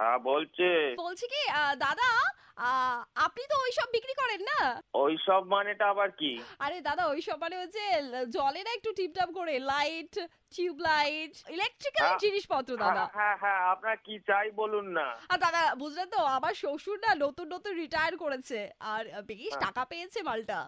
হ্যাঁ বলছি বলছি কি আহ, দাদা আহ, আপনি তো ওইসব বিক্রি করেন না ওইসব মানেটা আবার কি আরে দাদা ওইসব মানে হচ্ছে ল- জলে না একটু টিপটাপ করে লাইট টিউব লাইট ইলেকট্রিক্যাল হ্যাঁ। জিনিসপত্র দাদা হ্যাঁ, হ্যাঁ হ্যাঁ আপনার কি চাই বলুন না আর দাদা বুঝলেন তো আমার শ্বশুর না নতুন নতুন রিটায়ার করেছে আর বেশ হ্যাঁ। টাকা পেয়েছে মালটা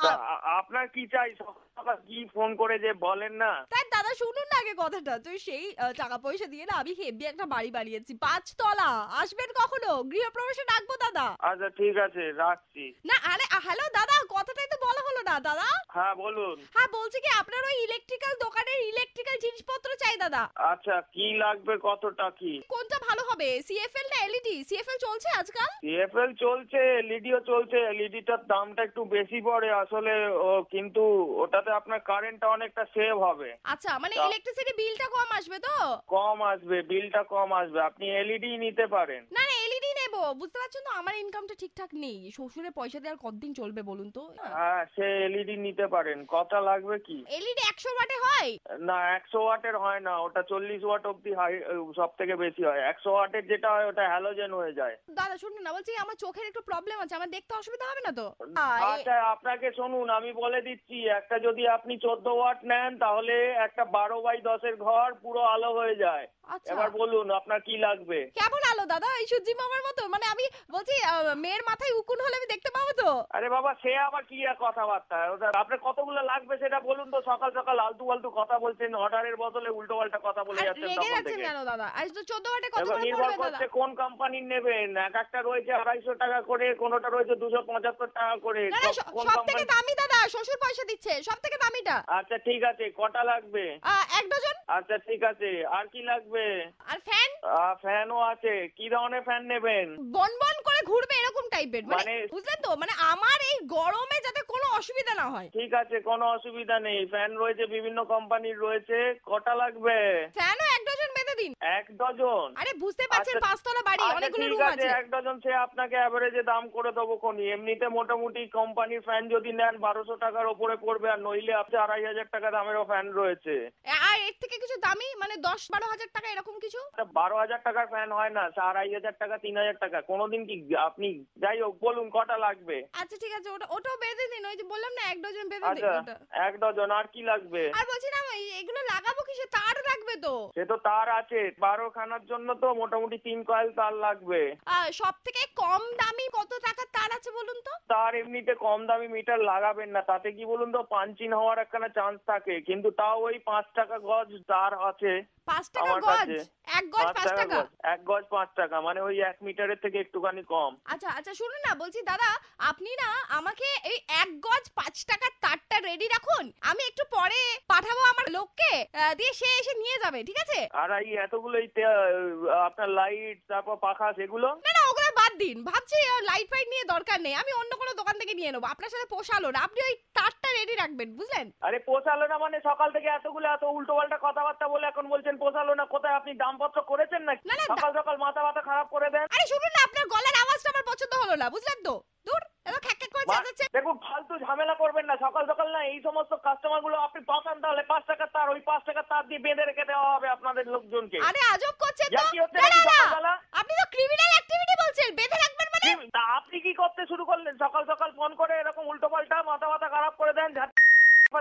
তা আ- আপনার কি চাই সকাল কি ফোন করে যে বলেন না তাই দাদা শুনুন না আগে কথাটা তো সেই আহ, টাকা পয়সা দিয়ে না আমি হেভি একটা বাড়ি বানিয়েছি পাঁচতলা আসবেন কখনো গৃহপ্রবেশে ডাকবো দাদা আচ্ছা ঠিক আছে রাখছি না আরে হ্যালো দাদা কথাটাই তো বলা হলো না দাদা হ্যাঁ বলুন হ্যাঁ বলছি কি আপনার ওই ইলেকট্রিক্যাল দোকানের ইলেকট্রিক্যাল জিনিসপত্র চাই দাদা আচ্ছা কি লাগবে কতটা কি কোনটা ভালো হবে সিএফএল না E এলইডি সিএফএল চলছে আজকাল সিএফএল চলছে এলইডিও চলছে এলইডিটার দামটা একটু বেশি পড়ে আসলে ও কিন্তু ওটাতে আপনার কারেন্টটা অনেকটা সেভ হবে আচ্ছা মানে তা- ইলেকট্রিসিটি বিলটা কম আসবে তো কম আসবে বিলটা কম আসবে আপনি এলইডি নিতে পারেন না না এলইডি নেবো বুঝতে পারছেন তো আমার ইনকামটা ঠিকঠাক নেই শ্বশুরের পয়সা দিয়ে আর কতদিন চলবে বলুন তো হ্যাঁ সে এলইডি নিতে পারেন কথা লাগবে কি এলইডি E একশো ওয়াটে হয় না একশো ওয়াটের হয় না ওটা চল্লিশ ওয়াট অব্দি হাই সব থেকে বেশি হয় একশো ওয়াটের যেটা হয় ওটা হ্যালোজেন হয়ে যায় দাদা শুনুন না বলছি আমার চোখের একটু প্রবলেম আছে আমার দেখতে অসুবিধা হবে না তো আচ্ছা আপনাকে শুনুন আমি বলে দিচ্ছি একটা যদি আপনি চোদ্দ ওয়াট নেন তাহলে একটা বারো বাই দশের ঘর পুরো আলো হয়ে যায় আচ্ছা এবার বলুন আপনার কি লাগবে কেমন আলো দাদা এই সূর্যি মামার মতো মানে আমি বলছি আহ, মেয়ের মাথায় উকুন হলে আমি দেখতে পাবো তো আরে বাবা সে আবার কি আর কথাবার্তা ওটা আপনার কতগুলো লাগবে সেটা বলুন তো সকাল সকাল আলতু আলতু কথা বলছেন অর্ডারের বদলে উল্টো পাল্টা কথা বলে আর যাচ্ছেন রেগে যাচ্ছেন তখন থেকে কেন দাদা আর চোদ্দ ওয়াটে কত করে এবার নির্ভর পড়বে দাদা করছে কোন কোম্পানির নেবেন এক একটা রয়েছে আড়াইশো টাকা করে কোনোটা রয়েছে দুশো পঁচাত্তর টাকা করে না না কোন সব থেকে কোম্পানি দামি দাদা শ্বশুর পয়সা দিচ্ছে সব থেকে দামিটা আচ্ছা ঠিক আছে কটা লাগবে আহ, এক ডজন আচ্ছা ঠিক আছে আর কি লাগবে আর ফ্যান আহ, ফ্যানও আছে কি ধরনের ফ্যান নেবেন বন বন করে ঘুরবে এরকম টাইপের মানে মানে- বুঝলেন তো মানে আমার এই গরমে যাতে কোনো অসুবিধা না হয় ঠিক আছে কোনো অসুবিধা নেই ফ্যান রয়েছে বিভিন্ন কোম্পানির রয়েছে কটা লাগবে ফ্যানও এক ডজন বেঁধে দিন এক ডজন আরে বুঝতে পারছেন আচ্ছা- পাঁচতলা বাড়ি আচ্ছা, অনেকগুলো ঠিক রুম আছে, আছে এক ডজন সে আপনাকে অ্যাভারেজে দাম করে দেবো খনি এমনিতে মোটামুটি কোম্পানির ফ্যান যদি নেন বারোশো টাকার ওপরে পড়বে আর নইলে আপনি আড়াই হাজার টাকা দামেরও ফ্যান রয়েছে আচ্ছা, আর এর থেকে কিছু দামি মানে দশ বারো হাজার টাকা এরকম কিছু তা বারো হাজার টাকার ফ্যান হয় না সে আড়াই হাজার টাকা তিন হাজার টাকা কোনোদিন কি আপনি যাই হোক বলুন কটা লাগবে আচ্ছা ঠিক আছে ওটা ওটাও বেঁধে দিন ওই যে বললাম না এক ডজন বেঁধে দিন আচ্ছা ওটা এক ডজন আর কি লাগবে আর বলছিলাম এই- এগুলো লাগাবো কিসে তার লাগবে তো সে তো তার আছে বারো খানার জন্য তো মোটামুটি তিন কয়েল তার লাগবে সব থেকে কম দামি কত টাকার তার আছে বলুন তো তার এমনিতে কম দামি মিটার লাগাবেন না তাতে কি বলুন তো পাঞ্চিন হওয়ার একখানা চান্স থাকে কিন্তু তাও ওই পাঁচ টাকা গজ তার আছে পাঁচ টাকা আমার গজ কাছে। এক গজ পাঁচ টাকা গজ এক গজ পাঁচ টাকা মানে ওই এক মিটারের থেকে একটুখানি কম আচ্ছা আচ্ছা শুনুন না বলছি দাদা আপনি না আমাকে এই এক গজ পাঁচ টাকার তারটা রেডি রাখুন আমি একটু পরে পাঠাবো আমার লোককে আহ, দিয়ে সে এসে নিয়ে যাবে ঠিক আছে আর এই এতগুলো এই তে- আপনার লাইট তারপর পাখা সেগুলো না না ওগুলো বাদ দিন ভাবছি লাইট ফাইট নিয়ে দরকার নেই আমি অন্য কোনো দোকান থেকে নিয়ে নেবো আপনার সাথে পোষালো না আপনি ওই তারটা রেডি রাখবেন বুঝলেন আরে পোষালো না মানে সকাল থেকে এতগুলো এত উল্টো পাল্টা কথাবার্তা বলে এখন বলছেন পোষালো না কোথায় আপনি দামপত্র করেছেন নাকি না, না, দা- সকাল সকাল মাথা মাথা খারাপ করে দেন আরে শুনুন না আপনার গলার আওয়াজটা আমার পছন্দ হলো না বুঝলেন তো দূর এত খ্যাক খ্যাক করে মা- চেঁচাচ্ছে দেখুন ফালতু ঝামেলা করবেন না সকাল সকাল না এই সমস্ত কাস্টমার গুলো আপনি পাঠান তাহলে পাঁচ টাকার তার ওই পাঁচ টাকার তার দিয়ে বেঁধে রেখে দেওয়া হবে আপনাদের লোকজনকে আরে আজব করছেন যা তো কি হচ্ছে না, না, নাকি না। সকালবেলা? আপনি তো ক্রিমিনাল অ্যাক্টিভিটি বলছেন বেঁধে রাখবেন মানে কি- তা আপনি কি করতে শুরু করলেন সকাল সকাল ফোন করে এরকম উল্টো পাল্টা মাথা মাথা খারাপ করে দেন ঝাঁট-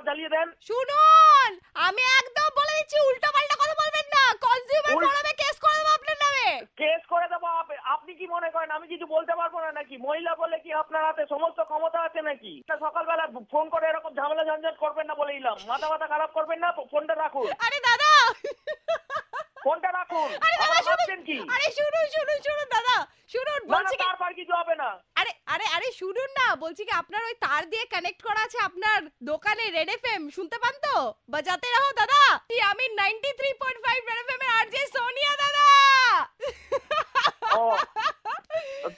জ্বালিয়ে দেন শুনুন আমি একদম বলে দিচ্ছি উল্টো পাল্টা কথা বলবেন না কনজিউমার উল- ফোরামে কেস করে দেবো আপনার নামে কেস করে দেবো আপ- আপনি কি মনে করেন আমি কিছু বলতে পারবো না নাকি মহিলা বলে কি আপনার হাতে সমস্ত ক্ষমতা আছে নাকি তা সকালবেলা ফোন করে এরকম ঝামেলা ঝঞ্ঝট করবেন না বলে দিলাম মাথা মাথা খারাপ করবেন না ফোনটা রাখুন আরে দাদা ফোনটা রাখুন আরে দাদা আবার ভাবছেন কি শুনুন আরে শুনুন শুনুন শুনুন দাদা শুনুন না না বলছি কি তারপর কিছু হবে না আরে আরে আরে শুনুন না বলছি কি আপনার ওই তার দিয়ে কানেক্ট করা আছে আপনার দোকানে রেড এফএম শুনতে পান তো বাজাতে রাহো দাদা এই আমি 93.5 রেড এফএম এর আরজে সোনিয়া দাদা ও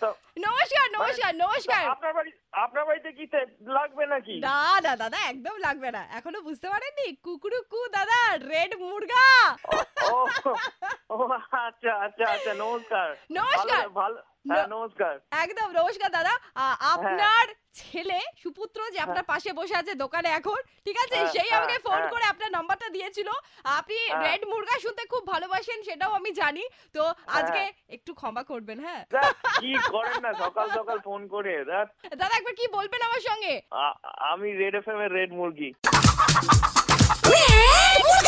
তো নমস্কার নমস্কার তো নমস্কার আপনার বাড়ি আপনার বাড়িতে কি তে- লাগবে নাকি না না দাদা একদম লাগবে না এখনো বুঝতে পারেননি কুকুরু কু দাদা রেড মুরগা ও, ও আচ্ছা আচ্ছা আচ্ছা নমস্কার নমস্কার। ভালো- ভালো হ্যাঁ নমস্কার একদম নমস্কার দাদা আ, আপনার ছেলে সুপুত্র যে আপনার পাশে বসে আছে দোকানে এখন ঠিক আছে হ্যাঁ, সেই হ্যাঁ, আমাকে ফোন হ্যাঁ। করে আপনার নাম্বারটা দিয়েছিল আপনি হ্যাঁ। রেড মুরগা শুনতে খুব ভালোবাসেন সেটাও আমি জানি তো আজকে একটু ক্ষমা করবেন হ্যাঁ দেখ, কি করেন না সকাল সকাল ফোন করে দেখ, দাদা একবার কি বলবেন আমার সঙ্গে আ- আমি রেড এফ এম এর রেড মুরগি রেড মুরগা